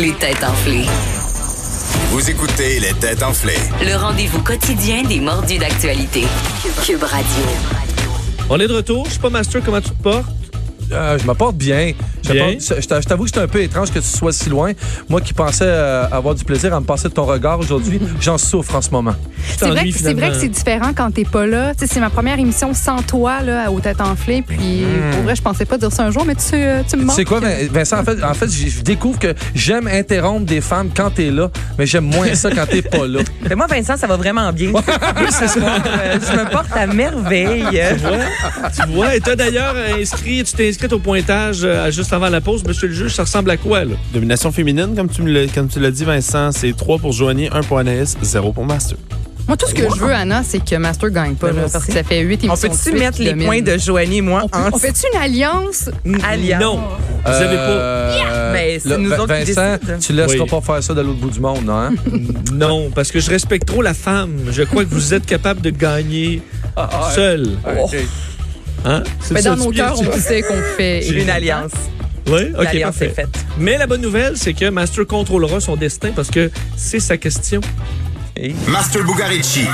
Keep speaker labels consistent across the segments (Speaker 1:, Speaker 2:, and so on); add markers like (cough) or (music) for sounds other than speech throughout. Speaker 1: Les têtes enflées.
Speaker 2: Vous écoutez les têtes enflées.
Speaker 1: Le rendez-vous quotidien des mordus d'actualité. Cube Radio.
Speaker 3: On est de retour. Je suis pas master comment tu te portes.
Speaker 4: Euh, je me porte bien. Je
Speaker 3: Bien.
Speaker 4: me porte- je t'a- je t'avoue que c'est un peu étrange que tu sois si loin. Moi qui pensais euh, avoir du plaisir à me passer de ton regard
Speaker 5: (laughs)
Speaker 4: aujourd'hui, j'en souffre en ce moment.
Speaker 6: C'est vrai, que- c'est vrai que c'est différent quand t'es pas là. Tu sais, c'est ma première émission sans toi là, aux têtes enflées. Puis pour vrai, je pensais pas dire ça un jour, mais tu, euh, tu me
Speaker 4: Tu
Speaker 6: manques.
Speaker 4: sais quoi, Vin- Vincent, en fait, en fait je je découvre que j'aime interrompre des femmes quand t'es là, mais j'aime moins ça quand t'es pas
Speaker 5: (laughs)
Speaker 4: là.
Speaker 5: Mais moi, Vincent, ça va vraiment bien. (laughs) Je veux savoir, euh, je me porte à merveille.
Speaker 3: Tu vois, et t'as d'ailleurs inscrit, tu t'es inscrite au pointage euh, juste avant la pause. Monsieur le juge, ça ressemble à quoi, là?
Speaker 7: Domination féminine, comme tu me l'as, comme tu l'as dit, Vincent, c'est 3 pour Joanie, 1 pour Anaïs, 0 pour Master.
Speaker 6: Moi, tout ce que je veux, Anna, c'est que Master gagne pas.
Speaker 5: Ben,
Speaker 6: là,
Speaker 5: merci.
Speaker 6: parce que ça fait huit émissions.
Speaker 5: On peut-tu
Speaker 6: de suite
Speaker 5: mettre
Speaker 6: qu'il
Speaker 5: les
Speaker 6: domine.
Speaker 5: points de Joanie et moi
Speaker 6: On
Speaker 5: ensemble?
Speaker 6: fait-tu une alliance?
Speaker 5: Alliance.
Speaker 3: Non. Vous avez pas.
Speaker 4: Euh,
Speaker 5: Ben, c'est
Speaker 4: là,
Speaker 5: nous
Speaker 4: Vin-
Speaker 5: autres qui
Speaker 4: Vincent,
Speaker 5: décident. hein.
Speaker 4: tu laisseras
Speaker 3: Oui.
Speaker 4: pas faire ça de l'autre bout du monde, non?
Speaker 5: (laughs)
Speaker 4: Hein?
Speaker 3: Non, parce que je respecte trop la femme. Je crois que vous êtes capable de gagner
Speaker 4: Ah,
Speaker 3: seul. Hein? C'est
Speaker 6: Mais
Speaker 3: ça,
Speaker 6: Ben, dans
Speaker 3: tu
Speaker 6: nos
Speaker 3: dis-
Speaker 6: cœurs, on sait qu'on fait.
Speaker 5: Une alliance.
Speaker 3: Oui, ok,
Speaker 5: L'alliance
Speaker 3: parfait.
Speaker 5: est faite.
Speaker 3: Mais la bonne nouvelle, c'est que Master contrôlera son destin parce que c'est sa question.
Speaker 2: Master Bugarici.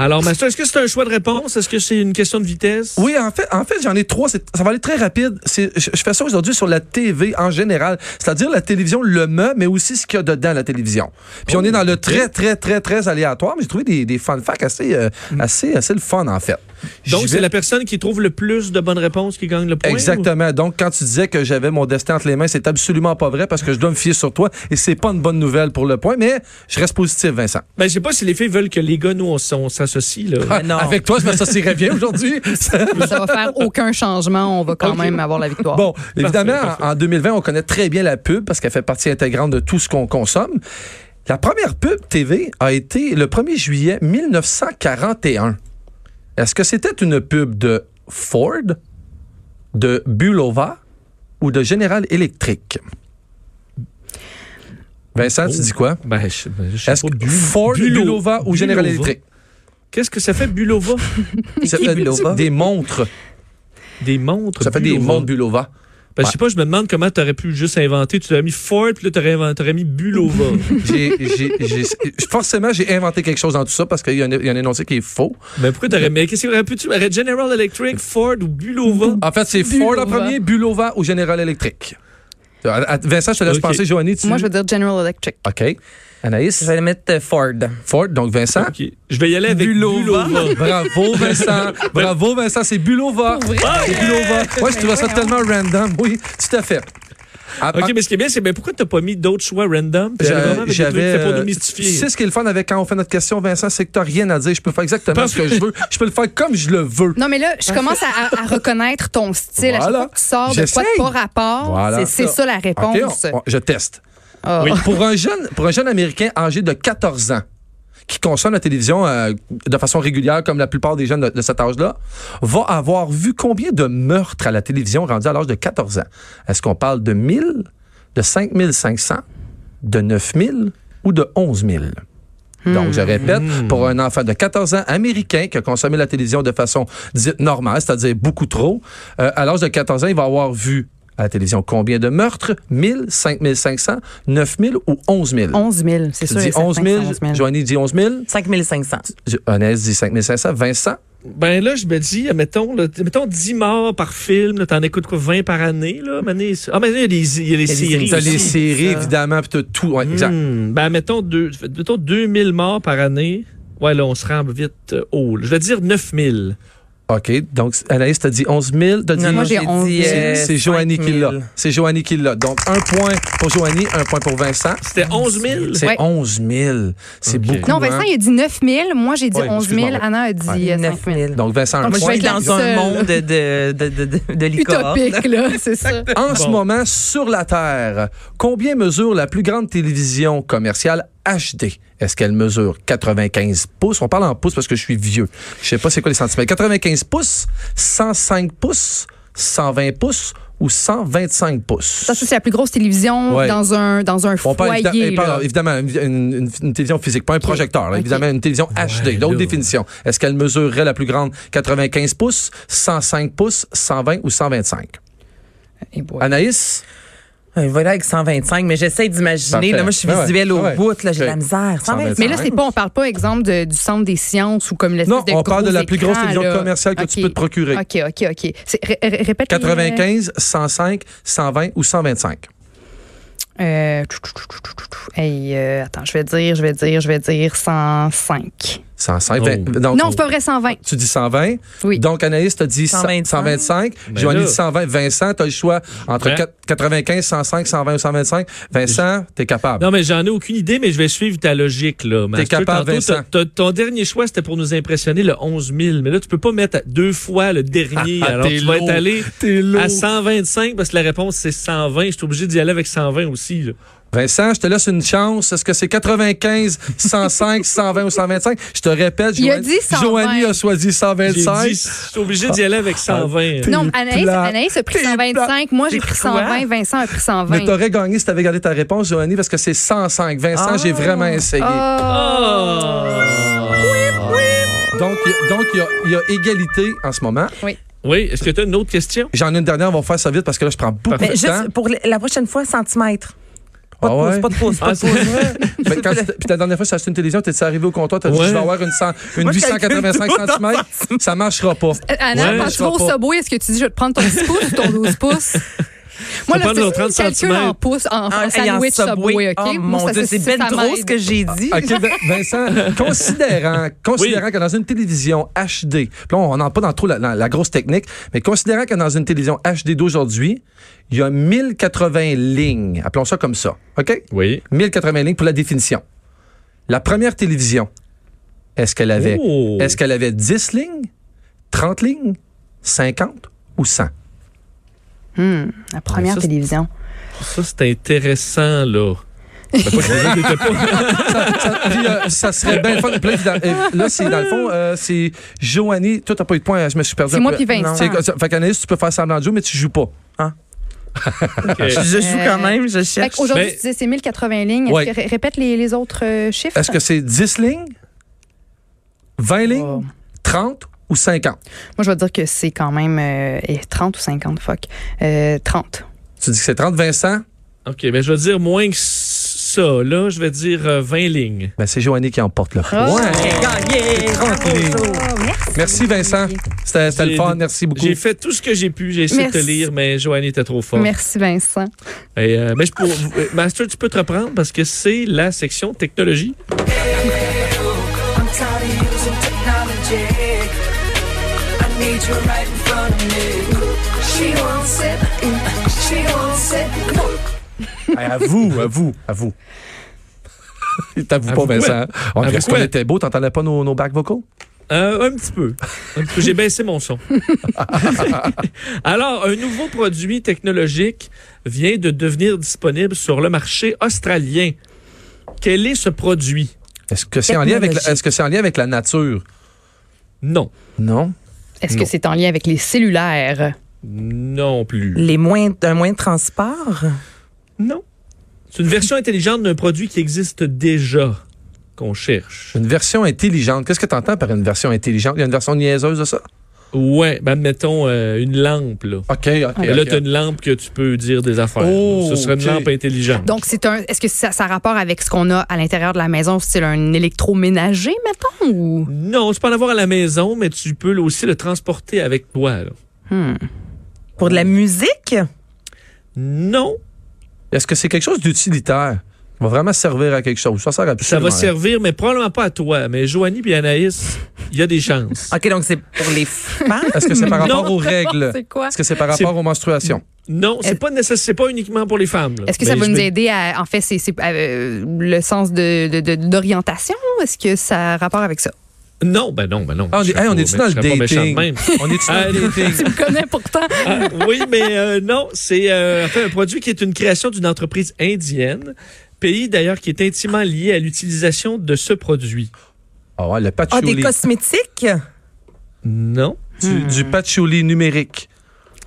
Speaker 3: Alors, Master, est-ce que c'est un choix de réponse? Est-ce que c'est une question de vitesse?
Speaker 4: Oui, en fait, en fait, j'en ai trois. C'est- Ça va aller très rapide. C'est- Je, je fais ça aujourd'hui sur la TV en général, c'est-à-dire la télévision le me, mais aussi ce qu'il y a dedans la télévision. Puis on est dans le très, très, très, très aléatoire, mais j'ai trouvé des, des fun facts assez, euh, assez, assez le fun en fait. J'y
Speaker 3: Donc,
Speaker 4: vais.
Speaker 3: c'est la personne qui trouve le plus de bonnes réponses qui gagne le point? ou-
Speaker 4: Exactement. Donc, quand tu disais que j'avais mon destin entre les mains, c'est absolument pas vrai parce que je dois me fier sur toi et c'est pas une bonne nouvelle pour le point, mais je reste positif, Vincent.
Speaker 3: Ben, je sais pas si les filles veulent que les gars, nous, on, s- on s'associe, là.
Speaker 4: Ah, (laughs) Avec toi, je m'associerais bien (laughs) aujourd'hui.
Speaker 6: Ça va faire aucun changement. On va quand
Speaker 3: Ok.
Speaker 6: même avoir la victoire.
Speaker 4: Bon, évidemment, en 2020, on connaît très bien la pub parce qu'elle fait partie intégrante de tout ce qu'on consomme. La première pub TV a été le 1er juillet 1941. Est-ce que c'était une pub de Ford, de Bulova ou de General Electric? Vincent, tu dis quoi?
Speaker 3: Ben, je, ben, je sais
Speaker 4: Est-ce
Speaker 3: pas,
Speaker 4: que
Speaker 3: Bu-
Speaker 4: Ford,
Speaker 3: Bulo-
Speaker 4: Bulova ou General
Speaker 3: Bulova?
Speaker 4: Electric?
Speaker 3: Qu'est-ce que ça fait, Bulova?
Speaker 4: Ça
Speaker 5: qui,
Speaker 4: fait
Speaker 5: Bulova?
Speaker 4: des montres.
Speaker 3: Des montres.
Speaker 4: Ça fait des
Speaker 3: Bulova.
Speaker 4: montres Bulova.
Speaker 3: Ben, je sais pas, je me demande comment t'aurais pu juste inventer. Tu aurais mis Ford, puis là, t'aurais, invent- t'aurais mis
Speaker 4: (laughs)
Speaker 3: Bulova.
Speaker 4: J'ai- j'ai- j'ai- forcément, j'ai inventé quelque chose dans tout ça parce qu'il y, a un- il y a un énoncé qui est faux.
Speaker 3: ben, pourquoi t'aurais mis... Qu'est-ce que t'aurais pu... Tu aurais General Electric, Ford ou Bulova?
Speaker 4: En fait, c'est Ford en
Speaker 6: Bulova.
Speaker 4: premier, Bulova ou General Electric. Euh, À- à- Vincent, je te laisse
Speaker 3: Ok.
Speaker 4: penser, Joanie. Tu...
Speaker 6: Moi, je veux dire General Electric.
Speaker 4: OK. Anaïs.
Speaker 5: Je vais le mettre euh, Ford.
Speaker 4: Ford, donc Vincent.
Speaker 3: OK. Je vais y aller avec Bulova.
Speaker 5: Bulova.
Speaker 4: Bravo, Vincent. Bravo, Vincent. C'est Bulova. C'est Bulova. Ouais, je trouvais ça tellement random. Oui, tout à fait. À-
Speaker 3: OK, mais ce qui est bien, c'est ben, pourquoi t'as pas mis d'autres choix random? T'es allé vraiment
Speaker 4: Ah. J'a-
Speaker 3: avec des trucs,
Speaker 4: J'avais.
Speaker 3: c'est pour nous
Speaker 4: euh, Tu
Speaker 3: mystifier.
Speaker 4: sais ce qui est le fun avec quand on fait notre question, Vincent, c'est que t'as rien à dire. Je peux faire exactement
Speaker 3: Parce
Speaker 4: ce que je veux. Je peux le faire comme je le veux.
Speaker 6: Non, mais là, je commence à, à- à reconnaître ton style. À chaque
Speaker 4: Voilà.
Speaker 6: fois que tu sors de quoi
Speaker 4: J'essaye.
Speaker 6: de pas rapport,
Speaker 4: Voilà.
Speaker 6: c'est- c'est ça. la
Speaker 4: OK,
Speaker 6: réponse.
Speaker 4: on- on- je teste.
Speaker 6: Ah.
Speaker 3: Oui.
Speaker 4: Pour un jeune, pour un jeune américain âgé de 14 ans qui consomme la télévision euh, de façon régulière, comme la plupart des jeunes de, de cet âge-là, va avoir vu combien de meurtres à la télévision rendus à l'âge de 14 ans? Est-ce qu'on parle de 1000, de 5500, de 9000 ou de 11 000? Donc, je répète, pour un enfant de 14 ans américain qui a consommé la télévision de façon dite normale, c'est-à-dire beaucoup trop, euh, à l'âge de 14 ans, il va avoir vu à la télévision combien de meurtres? 1000, 5500, 9000 ou 11 000?
Speaker 6: 11 000, c'est
Speaker 4: Tu
Speaker 6: sûr. et
Speaker 4: dis
Speaker 6: certain
Speaker 4: 11
Speaker 6: que
Speaker 4: 000,
Speaker 6: c'est 11 000.
Speaker 4: Joanie dit 11 000,
Speaker 5: 5500.
Speaker 4: Jo- Anaïs dit 5 500, Vincent,
Speaker 3: Ben là, je me dis, mettons, là, t- mettons 10 morts par film, là, t'en écoutes quoi, 20 par année, là? mané, c'est- Ah, mais là, il y a les, il y a les séries.
Speaker 4: t'as les
Speaker 3: aussi.
Speaker 4: séries, évidemment, puis t'as tout. Ouais, exact.
Speaker 3: Hmm, ben, mettons, deux, mettons 2000 morts par année. Ouais, là, on se rend vite euh, haut. là. Je vais dire 9000.
Speaker 4: OK, donc Anaïs, t'as dit 11 000, t'as dit...
Speaker 6: moi, j'ai
Speaker 5: dit, euh,
Speaker 6: 11 000.
Speaker 4: C'est c'est Joanie qui l'a.
Speaker 5: 5000.
Speaker 4: C'est Joanie qui l'a. Donc, un point pour Joanie, un point pour Vincent.
Speaker 3: C'était 11 000?
Speaker 4: Ah, C'est
Speaker 6: Ouais.
Speaker 4: 11 000. C'est
Speaker 3: Ok.
Speaker 4: beaucoup.
Speaker 6: Non,
Speaker 4: hein?
Speaker 6: Vincent, il a dit 9 000. Moi, j'ai dit
Speaker 4: Ouais,
Speaker 6: 11 000.
Speaker 4: excuse-moi, ouais.
Speaker 6: Anna a dit euh, 5
Speaker 5: 9
Speaker 6: 000.
Speaker 5: 000.
Speaker 4: Donc, Vincent, un
Speaker 5: Moi, je
Speaker 4: point.
Speaker 5: vais être
Speaker 6: la
Speaker 5: dans un
Speaker 6: seule.
Speaker 5: monde de, de, de, de, de licorne.
Speaker 6: Utopique, là, c'est ça.
Speaker 4: En ce
Speaker 3: Bon.
Speaker 4: moment, sur la Terre, combien mesure la plus grande télévision commerciale HD? Est-ce qu'elle mesure 95 pouces? On parle en pouces parce que je suis vieux. Je sais pas c'est quoi les centimètres. 95 pouces, 105 pouces, 120 pouces ou 125 pouces.
Speaker 6: Ça, ça, c'est la plus grosse télévision
Speaker 4: Ouais.
Speaker 6: dans un, dans un
Speaker 4: On parle
Speaker 6: foyer.
Speaker 4: évidemment- eh, elle
Speaker 6: là.
Speaker 4: parle évidemment une, une- une télévision physique, pas un projecteur. là.
Speaker 6: Ok.
Speaker 4: Évidemment, une télévision HD, d'autres
Speaker 3: là.
Speaker 4: définitions. Est-ce qu'elle mesurerait la plus grande 95 pouces, 105 pouces, 120 ou 125?
Speaker 5: Eh boy.
Speaker 4: Anaïs?
Speaker 5: Euh, Voilà avec 125, mais j'essaie d'imaginer.
Speaker 4: Parfait.
Speaker 5: Là, moi, je suis
Speaker 4: Ouais, ouais.
Speaker 5: visuelle au
Speaker 4: Ouais.
Speaker 5: bout. Là, j'ai de
Speaker 4: Ok.
Speaker 5: la misère.
Speaker 4: 125.
Speaker 5: 125.
Speaker 6: Mais là, c'est pas, on parle pas, exemple, de- du centre des sciences ou comme l'espèce
Speaker 4: Non,
Speaker 6: de
Speaker 4: on parle
Speaker 6: gros
Speaker 4: de la plus grosse
Speaker 6: écran,
Speaker 4: télévision
Speaker 6: là.
Speaker 4: commerciale que tu
Speaker 6: Ok.
Speaker 4: peux te procurer.
Speaker 6: OK, OK, OK. C'est- ré- ré- répète. les-
Speaker 4: 95, 105, 120 ou 125?
Speaker 6: Euh, tchou, tchou, tchou, tchou, tchou, tchou. Hey, euh, attends, je vais dire, je vais dire, je vais dire 105.
Speaker 4: 105.
Speaker 3: Oh.
Speaker 4: vingt- donc,
Speaker 6: non, c'est pas vrai, 120.
Speaker 4: Tu dis 120.
Speaker 6: Oui.
Speaker 4: Donc, Anaïs, t'as dit 125.
Speaker 5: 125.
Speaker 4: 125.
Speaker 3: Ben
Speaker 4: Joanie
Speaker 3: là.
Speaker 4: dit 120. Vincent, t'as le choix entre
Speaker 3: Ouais.
Speaker 4: quat- 95, 105, 120 ou 125. Vincent, t'es capable.
Speaker 3: Non, mais j'en ai aucune idée, mais je vais suivre ta logique, là. Master.
Speaker 4: capable,
Speaker 3: Tantôt,
Speaker 4: Vincent.
Speaker 3: t'as- t'as- ton dernier choix, c'était pour nous impressionner, le 11 000. Mais là, tu peux pas mettre à deux fois le dernier.
Speaker 4: Ah,
Speaker 3: alors,
Speaker 4: t'es
Speaker 3: tu vas
Speaker 4: lourd.
Speaker 3: être allé
Speaker 4: T'es lourd.
Speaker 3: à 125 parce que la réponse, c'est 120. Je suis obligé d'y aller avec 120 aussi, là.
Speaker 4: Vincent, je te laisse une chance. Est-ce que c'est 95,
Speaker 6: (laughs)
Speaker 4: 105, 120 ou 125? Je te répète,
Speaker 6: Il a
Speaker 4: Joanie-
Speaker 6: dit 120.
Speaker 4: Joanie a choisi
Speaker 3: J'ai dit,
Speaker 4: 125.
Speaker 3: Je suis obligé d'y aller avec 120.
Speaker 6: Non, mais
Speaker 4: T'es
Speaker 6: Anaïs,
Speaker 4: plat.
Speaker 6: Anaïs a pris
Speaker 4: T'es
Speaker 6: 125. Moi, j'ai
Speaker 5: T'es
Speaker 6: pris
Speaker 5: quoi?
Speaker 6: 120. Vincent a pris 120.
Speaker 4: Mais t'aurais gagné si t'avais gardé ta réponse, Joanie, parce que c'est 105. Vincent,
Speaker 5: Ah.
Speaker 4: j'ai vraiment essayé. Donc, il- donc, il y, a- il y a égalité en ce moment.
Speaker 3: Oui, est-ce que tu as une autre question?
Speaker 4: J'en ai une dernière, on va faire ça vite parce que là, je prends beaucoup
Speaker 5: Mais
Speaker 4: de temps.
Speaker 5: juste pour le- la prochaine fois, centimètres. Pas de
Speaker 4: Ah
Speaker 5: pause,
Speaker 4: ouais?
Speaker 5: pas de pause, pas
Speaker 3: Ah,
Speaker 5: de pause. (laughs)
Speaker 4: Mais quand tu t'es- puis la dernière fois, tu as acheté une télévision, tu es arrivé au comptoir, tu as dit
Speaker 3: Ouais.
Speaker 4: je vais avoir une, cent- une
Speaker 5: Moi, je
Speaker 4: 885
Speaker 5: calcule tout
Speaker 4: cm, ça marchera pas.
Speaker 6: Euh, Anna,
Speaker 3: Ouais,
Speaker 6: quand
Speaker 3: je
Speaker 6: tu vas au
Speaker 4: crois pas.
Speaker 6: Subway, est-ce que tu dis je vais te prendre ton 10 pouces ou ton
Speaker 3: (laughs)
Speaker 6: 12 pouces? Moi,
Speaker 3: Faut prendre
Speaker 6: c'est
Speaker 3: le 30
Speaker 6: calcul en
Speaker 3: centimètres.
Speaker 6: pouces, en, en
Speaker 5: Ah, hey, en
Speaker 6: sandwich Subway, OK?
Speaker 5: Oh,
Speaker 6: Moi,
Speaker 5: mon
Speaker 6: ça,
Speaker 5: Dieu, c'est
Speaker 6: ça
Speaker 5: ben gros
Speaker 6: m'aide.
Speaker 5: ce que j'ai dit. (laughs)
Speaker 4: OK, Vin- Vincent, considérant, considérant que dans une télévision HD, puis là, on n'entre pas dans trop la, la- la grosse technique, mais considérant que dans une télévision HD d'aujourd'hui, il y a 1080 lignes, appelons ça comme ça, OK?
Speaker 3: Oui.
Speaker 4: 1080 lignes pour la définition. La première télévision, est-ce qu'elle avait,
Speaker 3: Oh.
Speaker 4: est-ce qu'elle avait 10 lignes, 30 lignes, 50 ou 100?
Speaker 6: Hmm, la première
Speaker 3: Ça, c'est-
Speaker 6: télévision.
Speaker 3: Ça, c'est intéressant, là.
Speaker 4: Puis, euh, ça serait bien fun. Puis là, évidemment, euh, là, c'est dans le fond, euh, c'est Joanie. Toi, t'as pas eu de point. Je me suis perdu.
Speaker 6: C'est
Speaker 4: un
Speaker 6: moi
Speaker 4: peu.
Speaker 6: puis Vincent.
Speaker 4: Non. C'est- Fait qu'Anaïs, tu peux faire semblant de jouer, mais tu joues pas.
Speaker 5: Je, je joue quand même, je
Speaker 6: Fait
Speaker 5: cherche.
Speaker 6: qu'aujourd'hui,
Speaker 3: Mais-
Speaker 6: tu disais c'est 1080 lignes. Est-ce
Speaker 4: Ouais.
Speaker 6: que ré- répète les, les autres euh, chiffres.
Speaker 4: Est-ce que c'est 10 lignes, 20 lignes,
Speaker 6: Oh.
Speaker 4: 30 ou 50?
Speaker 6: Moi, je vais dire que c'est quand même euh, eh, 30 ou 50, fuck. Euh, 30.
Speaker 4: Tu dis que c'est 30, Vincent?
Speaker 3: OK, mais je vais dire moins que ça, là. Je vais dire euh, 20 lignes.
Speaker 4: Ben, c'est Joanie qui emporte le point.
Speaker 5: J'ai gagné. Bravo, Jo.
Speaker 4: Merci, Vincent. C'était c'était le
Speaker 3: J'ai-
Speaker 4: fun. Merci beaucoup.
Speaker 3: J'ai fait tout ce que j'ai pu. J'ai essayé de te
Speaker 6: Merci.
Speaker 3: lire, mais Joanie était trop forte.
Speaker 6: Merci, Vincent.
Speaker 3: Et, euh, mais je pour, euh, Master, tu peux te reprendre parce que c'est la section technologie.
Speaker 4: Hey, à vous, à vous,
Speaker 3: (laughs)
Speaker 4: à vous. T'avoues
Speaker 3: À
Speaker 4: pas,
Speaker 3: vous quoi?
Speaker 4: Vincent. On
Speaker 3: À vous
Speaker 4: dirait qu'on
Speaker 3: quoi?
Speaker 4: était beau. T'entendais pas nos, nos bacs vocaux?
Speaker 3: Euh, un petit peu. Un petit peu. J'ai baissé mon
Speaker 4: (laughs)
Speaker 3: son. Alors, un nouveau produit technologique vient de devenir disponible sur le marché australien. Quel est ce produit?
Speaker 4: Est-ce que c'est en lien avec, la-
Speaker 5: Technologie.
Speaker 4: est-ce que c'est en lien avec la nature?
Speaker 3: Non.
Speaker 4: Non.
Speaker 6: Est-ce que
Speaker 4: Non.
Speaker 6: c'est en lien avec les cellulaires?
Speaker 3: Non plus.
Speaker 5: Les moyens, un moyen de transport.
Speaker 3: Non. C'est une version intelligente d'un produit qui existe déjà, qu'on cherche.
Speaker 4: Une version intelligente. Qu'est-ce que tu entends par une version intelligente? Il y a une version niaiseuse de ça?
Speaker 3: Ouais, ben mettons euh, une lampe, là.
Speaker 4: OK, OK.
Speaker 3: Et là, tu as une lampe que tu peux dire des affaires.
Speaker 4: Oh,
Speaker 3: ce serait une
Speaker 4: ok.
Speaker 3: lampe intelligente.
Speaker 6: Donc, c'est un. Est-ce que ça, ça a rapport avec ce qu'on a à l'intérieur de la maison, style un électroménager, mettons? Ou...
Speaker 3: non, tu peux en avoir à la maison, mais tu peux là, aussi le transporter avec toi. là.
Speaker 6: Hmm.
Speaker 5: Pour de la musique?
Speaker 3: Non,
Speaker 4: Est-ce que c'est quelque chose d'utilitaire? Ça va vraiment servir à quelque chose. Ça sert
Speaker 3: ça
Speaker 4: absolument.
Speaker 3: va
Speaker 4: à rien.
Speaker 3: servir, mais probablement pas à toi. Mais Joanie et Anaïs, il y a des chances.
Speaker 6: Ah.
Speaker 5: OK, donc c'est pour les femmes.
Speaker 4: Est-ce que c'est
Speaker 3: (laughs)
Speaker 4: par
Speaker 3: Non.
Speaker 4: rapport aux règles?
Speaker 6: (laughs)
Speaker 3: (laughs)
Speaker 6: C'est quoi?
Speaker 4: Est-ce que c'est par
Speaker 3: C'est-
Speaker 4: rapport aux menstruations?
Speaker 3: Non, c'est pas nécessaire, c'est pas uniquement pour les femmes. là.
Speaker 6: Est-ce que ça
Speaker 3: Mais Ben,
Speaker 6: va
Speaker 3: je
Speaker 6: nous
Speaker 3: me-
Speaker 6: aider à. En fait, c'est c'est, euh, le sens de- de- de- d'orientation? Est-ce que ça a rapport avec (laughs) ça?
Speaker 3: Non, ben non, ben non.
Speaker 4: Ah, on est-
Speaker 3: Je serais
Speaker 4: hey, on
Speaker 3: pas-
Speaker 4: est-tu dans
Speaker 3: je
Speaker 4: le
Speaker 3: serais pas méchant de
Speaker 4: dating?
Speaker 3: même.
Speaker 4: On est-tu dans le
Speaker 3: Ah,
Speaker 4: dating?
Speaker 6: Je connais pourtant.
Speaker 3: Ah, (laughs) oui, mais euh, non, c'est euh, enfin, un produit qui est une création d'une entreprise indienne, pays d'ailleurs qui est intimement lié à l'utilisation de ce produit.
Speaker 4: Ah ouais, le
Speaker 5: Ah, des
Speaker 4: patchouli.
Speaker 5: cosmétiques?
Speaker 3: Non.
Speaker 4: du, du patchouli numérique.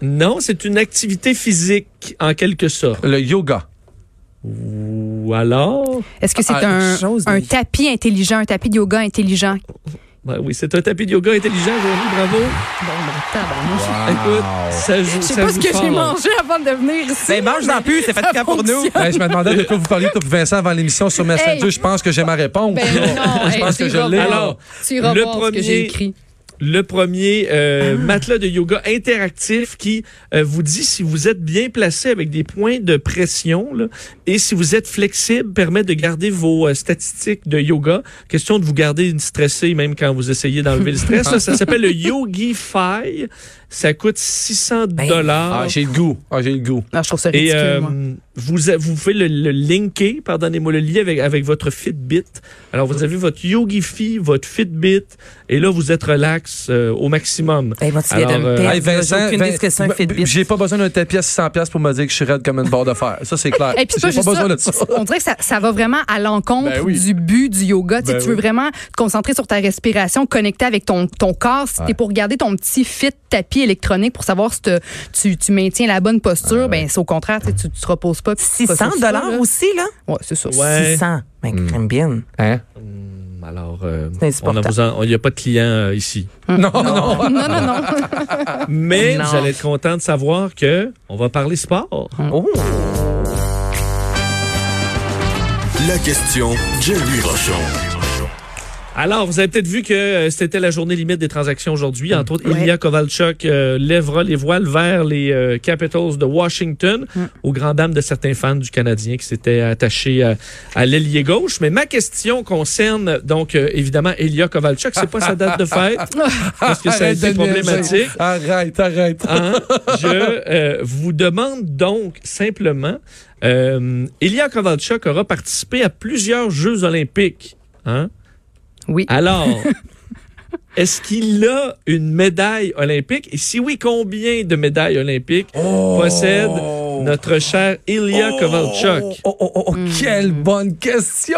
Speaker 3: Non, c'est une activité physique, en quelque sorte.
Speaker 4: Le yoga.
Speaker 3: Ou alors...
Speaker 6: Est-ce que c'est
Speaker 4: Ah,
Speaker 6: un,
Speaker 5: chose de-
Speaker 6: un tapis intelligent, un tapis de yoga intelligent?
Speaker 3: Ben oui, c'est un tapis de yoga intelligent, Joanie, bravo.
Speaker 6: Bon, ben, tabarnouche.
Speaker 3: Écoute, ça joue
Speaker 6: Je sais
Speaker 3: ça
Speaker 6: pas ce
Speaker 3: joue
Speaker 6: que
Speaker 3: fort.
Speaker 6: j'ai mangé avant de venir ici.
Speaker 5: Ben, mange-en plus, c'est fatigant pour nous.
Speaker 6: fonctionne.
Speaker 4: Ouais, Ben, je me demandais de quoi vous parliez, toi, Vincent, avant l'émission sur Messenger.
Speaker 6: Hey.
Speaker 4: Je pense que j'ai ma réponse.
Speaker 6: (laughs) Ben
Speaker 4: là.
Speaker 6: non,
Speaker 4: je
Speaker 6: hey,
Speaker 4: pense que
Speaker 6: tu
Speaker 4: je
Speaker 6: vas
Speaker 4: l'ai.
Speaker 6: voir.
Speaker 3: Alors,
Speaker 6: Tu iras
Speaker 3: Le
Speaker 6: voir ce que j'ai
Speaker 3: premier-
Speaker 6: écrit.
Speaker 3: Le premier euh,
Speaker 6: Ah.
Speaker 3: matelas de yoga interactif qui euh, vous dit si vous êtes bien placé avec des points de pression là, et si vous êtes flexible, permet de garder vos euh, statistiques de yoga. Question de vous garder une stressée même quand vous essayez d'enlever le stress. là.
Speaker 6: (laughs)
Speaker 3: ça s'appelle le Yogi Fi. Ça coûte 600
Speaker 6: Ben,
Speaker 3: dollars.
Speaker 4: Ah, j'ai le goût. Ah, j'ai le goût.
Speaker 6: Non, je trouve ça
Speaker 3: Et
Speaker 6: ridicule,
Speaker 3: euh,
Speaker 6: moi.
Speaker 3: vous, a- vous pouvez le, le linker, pardonnez-moi, le lier avec, avec votre Fitbit. Alors, vous avez votre YogiFi, votre Fitbit, et là, vous êtes relax euh, au maximum.
Speaker 5: Eh, moi, tu viens de
Speaker 3: Alors,
Speaker 5: me
Speaker 3: euh,
Speaker 5: perdre.
Speaker 4: Hey,
Speaker 5: J'ai
Speaker 4: Vincent,
Speaker 5: aucune
Speaker 4: Vin-
Speaker 5: idée de ce que c'est un
Speaker 4: b-
Speaker 5: Fitbit.
Speaker 4: b- j'ai pas besoin d'un tapis à 600$ pour me dire que je suis raide comme une barre de fer. Ça, c'est
Speaker 6: (laughs)
Speaker 4: clair.
Speaker 6: Et puis
Speaker 4: j'ai
Speaker 6: pas
Speaker 4: pas
Speaker 6: juste
Speaker 4: besoin
Speaker 6: ça.
Speaker 4: de ça.
Speaker 6: On dirait que ça, ça va vraiment à l'encontre
Speaker 4: Ben oui.
Speaker 6: du but du yoga. Tu sais,
Speaker 4: Ben
Speaker 6: tu veux
Speaker 4: oui.
Speaker 6: vraiment te concentrer sur ta respiration, connecter avec ton, ton corps. Si t'es pour regarder ton petit fit tapis électronique pour savoir si te- tu, tu maintiens la bonne posture, ben c'est au contraire, tu, sais, tu tu te reposes pas. puis tu te
Speaker 5: 600
Speaker 6: focus pas,
Speaker 5: dollars
Speaker 6: là.
Speaker 5: aussi, là?
Speaker 6: Ouais, c'est ça.
Speaker 3: Ouais.
Speaker 5: 600. Ben, crème bien.
Speaker 4: Hein?
Speaker 3: Alors, euh,
Speaker 5: C'est
Speaker 3: on a
Speaker 5: insupportable.
Speaker 3: vous en- il n'y a pas de client euh,
Speaker 5: (laughs)
Speaker 3: ici.
Speaker 4: Non, non.
Speaker 6: (laughs)
Speaker 3: (laughs)
Speaker 6: Non, non, non.
Speaker 3: Mais
Speaker 5: Non.
Speaker 3: vous allez être content de savoir que on va parler sport.
Speaker 5: Oh!
Speaker 2: La question Jerry Rochon.
Speaker 3: Alors, vous avez peut-être vu que euh, c'était la journée limite des transactions aujourd'hui. Entre autres,
Speaker 6: Ouais.
Speaker 3: Ilya Kovalchuk euh, lèvera les voiles vers les euh, Capitals de Washington, aux grand dames de certains fans du Canadien qui s'étaient attachés à, à l'ailier gauche. Mais ma question concerne donc euh, évidemment Ilya Kovalchuk. C'est pas sa date de fête parce que ça a
Speaker 4: Arrête,
Speaker 3: été
Speaker 4: Daniel,
Speaker 3: problématique.
Speaker 4: Arrête, arrête.
Speaker 3: Hein? Je euh, vous demande donc simplement, euh, Ilya Kovalchuk aura participé à plusieurs Jeux olympiques. Hein?
Speaker 6: Oui.
Speaker 3: Alors, (laughs) est-ce qu'il a une médaille olympique? Et si oui, combien de médailles olympiques possède notre cher Ilya Kovalchuk?
Speaker 4: Oh, oh, oh,
Speaker 6: Hmm.
Speaker 4: oh, quelle bonne question!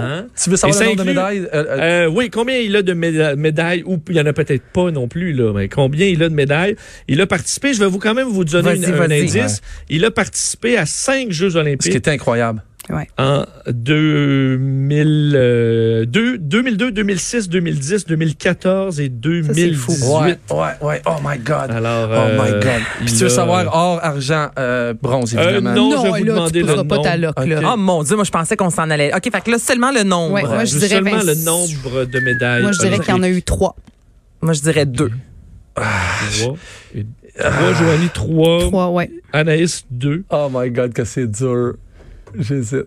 Speaker 3: Hein?
Speaker 4: Tu veux savoir
Speaker 3: Et
Speaker 4: le
Speaker 3: ça
Speaker 4: nombre de
Speaker 3: inclut-
Speaker 4: médailles? Euh, euh,
Speaker 3: Euh, oui, combien il a de méda- médailles, ou il y en a peut-être pas non plus, là, mais combien il a de médailles. Il a participé, je vais vous quand même vous donner
Speaker 5: Vas-y,
Speaker 3: une- un
Speaker 5: vas-y.
Speaker 3: indice, il a participé à cinq Jeux
Speaker 4: Ce qui
Speaker 3: olympiques
Speaker 4: était incroyable.
Speaker 3: Ah. en 2000, euh, deux- 2002, 2006, 2010, 2014 et 2018.
Speaker 4: Ouais, ouais, ouais. Oh my God.
Speaker 3: Alors,
Speaker 4: oh my
Speaker 3: euh,
Speaker 4: God. Puis
Speaker 3: il
Speaker 4: tu veux
Speaker 3: a-
Speaker 4: savoir or, argent, euh, bronze,
Speaker 3: Euh,
Speaker 4: évidemment.
Speaker 3: non,
Speaker 6: Non,
Speaker 3: je vais vous
Speaker 6: là,
Speaker 3: demander
Speaker 6: tu
Speaker 3: le
Speaker 6: poseras pas
Speaker 3: nombre.
Speaker 6: ta loque, là.
Speaker 3: Ok. Ah,
Speaker 5: Oh mon Dieu, moi, je pensais qu'on s'en allait. OK, fait que là, seulement le nombre.
Speaker 6: Ouais, moi, je
Speaker 3: Juste
Speaker 6: dirais
Speaker 3: seulement
Speaker 6: 26.
Speaker 3: le nombre de médailles.
Speaker 6: Moi, je dirais qu'il y en a eu trois.
Speaker 5: Moi, je dirais deux.
Speaker 3: Trois, et- trois, Joanie, trois,
Speaker 6: Trois, ouais.
Speaker 3: Anaïs, deux.
Speaker 4: Oh my God, que c'est dur. J'hésite.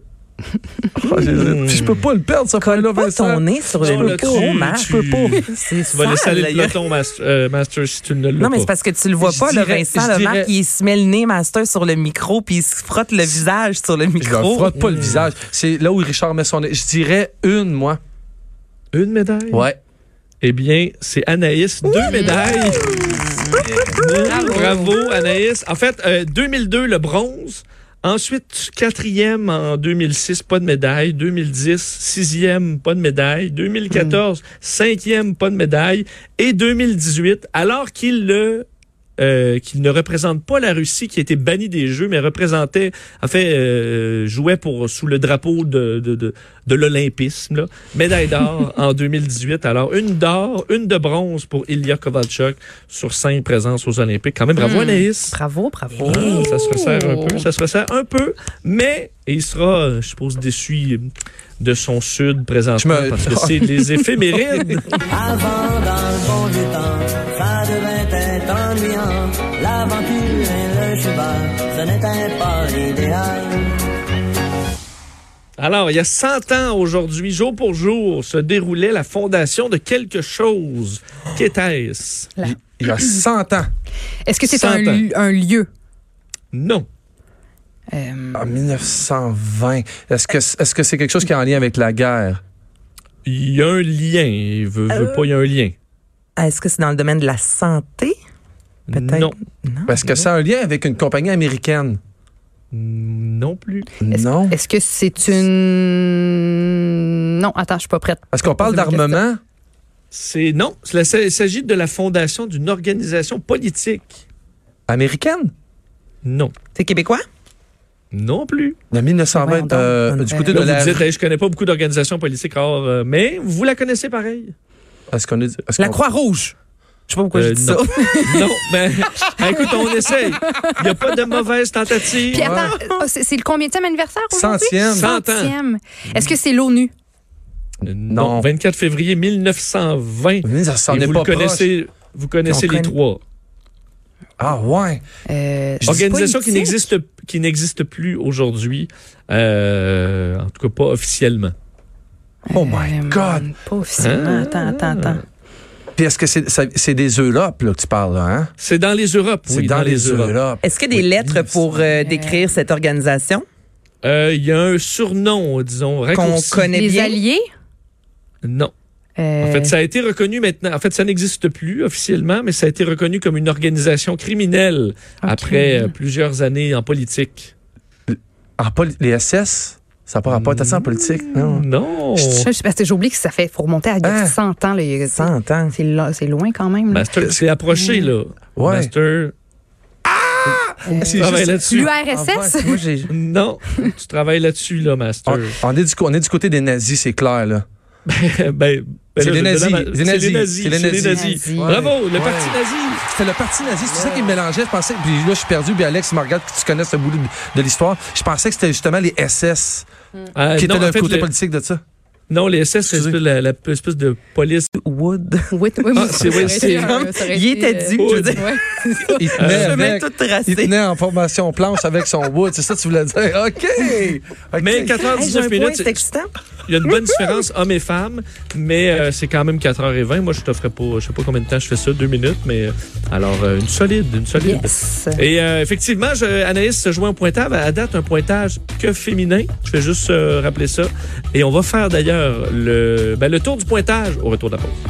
Speaker 4: Oh, j'hésite. Puis je peux pas le perdre, ce point-là,
Speaker 5: Pas
Speaker 4: Vincent.
Speaker 5: ton nez sur
Speaker 3: Non,
Speaker 5: le
Speaker 3: là,
Speaker 5: micro,
Speaker 3: tu-
Speaker 5: Marc.
Speaker 3: tu-
Speaker 5: Je peux pas. C'est
Speaker 3: Tu vas laisser
Speaker 5: sale,
Speaker 3: aller
Speaker 5: là,
Speaker 3: le
Speaker 5: il y a-
Speaker 3: peloton, Mas- euh, Master, si tu ne l'as
Speaker 5: Non, mais c'est
Speaker 3: pas.
Speaker 5: parce que tu le vois
Speaker 4: Je
Speaker 5: pas, le
Speaker 4: dirais-
Speaker 5: Vincent.
Speaker 4: je
Speaker 5: Le
Speaker 4: dirais-
Speaker 5: Marc, il se met le nez, Master, sur le micro, puis il se frotte le visage sur le
Speaker 4: Je leur
Speaker 3: Oh.
Speaker 5: micro.
Speaker 4: frotte pas le visage. C'est là où Richard met son nez. Je dirais une, moi.
Speaker 3: Une médaille?
Speaker 4: Ouais.
Speaker 3: Eh bien, c'est Anaïs. Deux médailles. Bravo. Bravo, Anaïs. En fait, euh, 2002, le bronze. Ensuite, quatrième en 2006, pas de médaille. 2010, sixième, pas de médaille. 2014, cinquième, pas de médaille. Et 2018, alors qu'il le... euh, qu'il ne représente pas la Russie qui a été bannie des Jeux, mais représentait, en fait, euh, jouait pour sous le drapeau de, de, de, de l'Olympisme. là. Médaille d'or en 2018. Alors, une d'or, une de bronze pour Ilya Kovalchuk sur cinq présences aux Olympiques. Quand même, bravo Anaïs.
Speaker 6: Bravo, bravo.
Speaker 3: Ah, ça se resserre un peu, ça se resserre un peu, mais il sera, euh, je suppose, déçu euh, de son sud présentement
Speaker 4: Je me-
Speaker 3: parce que c'est
Speaker 4: (laughs)
Speaker 3: les éphémérides.
Speaker 8: Avant dans le bon vieux temps, fin de vingt est ennuyant. L'aventure et le cheval, ce n'était pas l'idéal.
Speaker 3: Alors, il y a 100 ans aujourd'hui, jour pour jour, se déroulait la fondation de quelque chose.
Speaker 4: Oh.
Speaker 3: Qu'était-ce?
Speaker 4: Il y a 100 ans.
Speaker 6: Est-ce que c'est
Speaker 3: Cent
Speaker 6: un,
Speaker 3: ans.
Speaker 6: lu- un lieu?
Speaker 3: Non.
Speaker 6: Euh,
Speaker 4: En 1920. Est-ce que est-ce que c'est quelque chose qui est en lien avec la guerre?
Speaker 3: Il y a un lien. Il veut,
Speaker 4: Euh.
Speaker 3: veut pas, il y a un lien.
Speaker 5: Est-ce que c'est dans le domaine de la santé? Peut-être.
Speaker 3: Non.
Speaker 5: Non.
Speaker 4: Est-ce que ça a un lien avec une compagnie américaine?
Speaker 3: Non plus.
Speaker 6: Est-ce-
Speaker 4: Non.
Speaker 6: Est-ce que c'est une... Non, attends, je suis pas prête.
Speaker 4: Est-ce qu'on parle
Speaker 6: Posez ma
Speaker 4: d'armement?
Speaker 3: C'est non. Cela s- Il s'agit de la fondation d'une organisation politique.
Speaker 4: américaine.
Speaker 3: Non.
Speaker 5: C'est québécois?
Speaker 3: Non plus.
Speaker 4: De 1920, euh,
Speaker 5: Voyons donc.
Speaker 4: du côté de
Speaker 3: Là,
Speaker 4: la...
Speaker 3: vous dites, Hey, je connais pas beaucoup d'organisations politiques, or, euh, mais vous la connaissez pareil.
Speaker 4: Est-ce qu'on est- est-ce
Speaker 5: La
Speaker 4: qu'on-
Speaker 5: Croix-Rouge. Je sais pas pourquoi
Speaker 3: Euh,
Speaker 5: j'ai dit ça.
Speaker 3: non. (laughs) non, ben, ben, écoute, on essaye. Il n'y a pas de mauvaise tentative.
Speaker 6: Puis attends, ah, c'est c'est le combien de anniversaire aujourd'hui?
Speaker 4: Centième.
Speaker 3: Cent ans.
Speaker 6: Centième. Est-ce que c'est l'ONU?
Speaker 3: Euh, Non.
Speaker 4: Non.
Speaker 3: 24 février 1920.
Speaker 4: Mais ça, ça en
Speaker 3: Et
Speaker 4: est
Speaker 3: vous
Speaker 4: pas
Speaker 3: le
Speaker 4: proche.
Speaker 3: connaissez, vous connaissez
Speaker 5: On
Speaker 3: les
Speaker 5: connaît-
Speaker 3: trois.
Speaker 4: Ah ouais.
Speaker 6: Euh, je dis
Speaker 3: Organisation
Speaker 6: pas
Speaker 3: qui
Speaker 6: une petite.
Speaker 3: n'existe qui n'existe plus aujourd'hui, euh, en tout cas pas officiellement.
Speaker 4: Oh my
Speaker 6: Euh,
Speaker 4: God.
Speaker 6: Pas officiellement. Attends, attends, attends.
Speaker 4: Puis est-ce que c'est ça- c'est des Europes là, que tu parles, là, hein?
Speaker 3: C'est dans les Europes.
Speaker 4: C'est
Speaker 3: oui,
Speaker 4: dans, les
Speaker 3: Europes.
Speaker 4: Europes.
Speaker 5: Est-ce qu'il y a des lettres pour euh, décrire cette organisation
Speaker 3: Euh, Il y a un surnom, disons,
Speaker 5: qu'on
Speaker 3: raccourci.
Speaker 5: connaît
Speaker 6: Les
Speaker 5: bien?
Speaker 6: alliés?
Speaker 3: Non.
Speaker 6: Euh,
Speaker 3: En fait, ça a été reconnu maintenant. En fait, ça n'existe plus officiellement, mais ça a été reconnu comme une organisation criminelle après euh, plusieurs années en politique.
Speaker 4: En poli- les SS, ça n'a pas rapport à ça en politique, non?
Speaker 3: Non.
Speaker 6: je suis sûre, parce que j'ai oublié que ça fait, faut remonter à il y a
Speaker 4: Hein?
Speaker 6: 100 ans. là, il y a-
Speaker 4: 100 ans.
Speaker 6: C'est lo- c'est loin quand même. là.
Speaker 3: Master, c'est approché, là.
Speaker 4: Ouais.
Speaker 3: Master.
Speaker 4: C'est
Speaker 3: Travaille
Speaker 4: juste-
Speaker 3: là-dessus.
Speaker 6: L'URSS?
Speaker 5: Ah Moi, j'ai-
Speaker 3: Non, tu travailles là-dessus, là, Master.
Speaker 4: on, on est du, co- on est du côté des nazis, c'est clair, là.
Speaker 3: (laughs) Ben, ben,
Speaker 4: C'est
Speaker 3: là,
Speaker 4: les
Speaker 3: je-
Speaker 4: nazis,
Speaker 3: là,
Speaker 4: les
Speaker 3: C'est
Speaker 4: nazis,
Speaker 3: les nazis.
Speaker 4: c'est les
Speaker 3: c'est les
Speaker 4: nazis.
Speaker 3: nazis.
Speaker 6: Ouais.
Speaker 3: Bravo, le
Speaker 4: Ouais.
Speaker 3: parti nazi.
Speaker 4: C'était le parti nazi, c'est ça qui me mélangeait. Je pensais, puis là, je suis perdu. Puis Alex, me regarde, tu connais ce bout de, de l'histoire. Je pensais que c'était justement les SS
Speaker 3: Ah,
Speaker 4: qui
Speaker 3: non,
Speaker 4: étaient
Speaker 3: en
Speaker 4: le
Speaker 3: fait,
Speaker 4: côté
Speaker 3: le-
Speaker 4: politique de ça.
Speaker 3: Non, les SS, c'est
Speaker 4: Excusez.
Speaker 3: la, la espèce de police.
Speaker 5: Wood.
Speaker 6: Oui, t- oui, moi,
Speaker 3: Ah, c'est-
Speaker 6: ça
Speaker 3: oui,
Speaker 6: aurait
Speaker 5: (laughs)
Speaker 3: c'est-
Speaker 6: été, euh, ça aurait
Speaker 5: Il
Speaker 6: été,
Speaker 5: était
Speaker 6: euh,
Speaker 5: dit, je veux dire.
Speaker 6: ouais.
Speaker 4: (laughs) Il
Speaker 5: Je
Speaker 4: tenait,
Speaker 5: vais
Speaker 4: avec-
Speaker 5: tout
Speaker 4: il
Speaker 5: tracer.
Speaker 4: tenait en formation planche avec son wood. C'est ça que tu voulais dire? (laughs) OK! OK.
Speaker 3: Mais 4h19
Speaker 5: Hey, j'ai un point,
Speaker 3: minutes,
Speaker 5: c'est
Speaker 3: c'est-
Speaker 5: excitant.
Speaker 3: il y a une bonne différence hommes et femmes, mais euh, c'est quand même 4h20. Moi, je te ferai pas, je sais pas combien de temps je fais ça, deux minutes, mais euh, alors euh, une solide, une solide.
Speaker 6: Yes.
Speaker 3: Et euh, effectivement, je, Anaïs se joint au pointage. À date, un pointage que féminin. Je vais juste euh, rappeler ça. Et on va faire d'ailleurs le, ben, le tour du pointage au retour de la pause.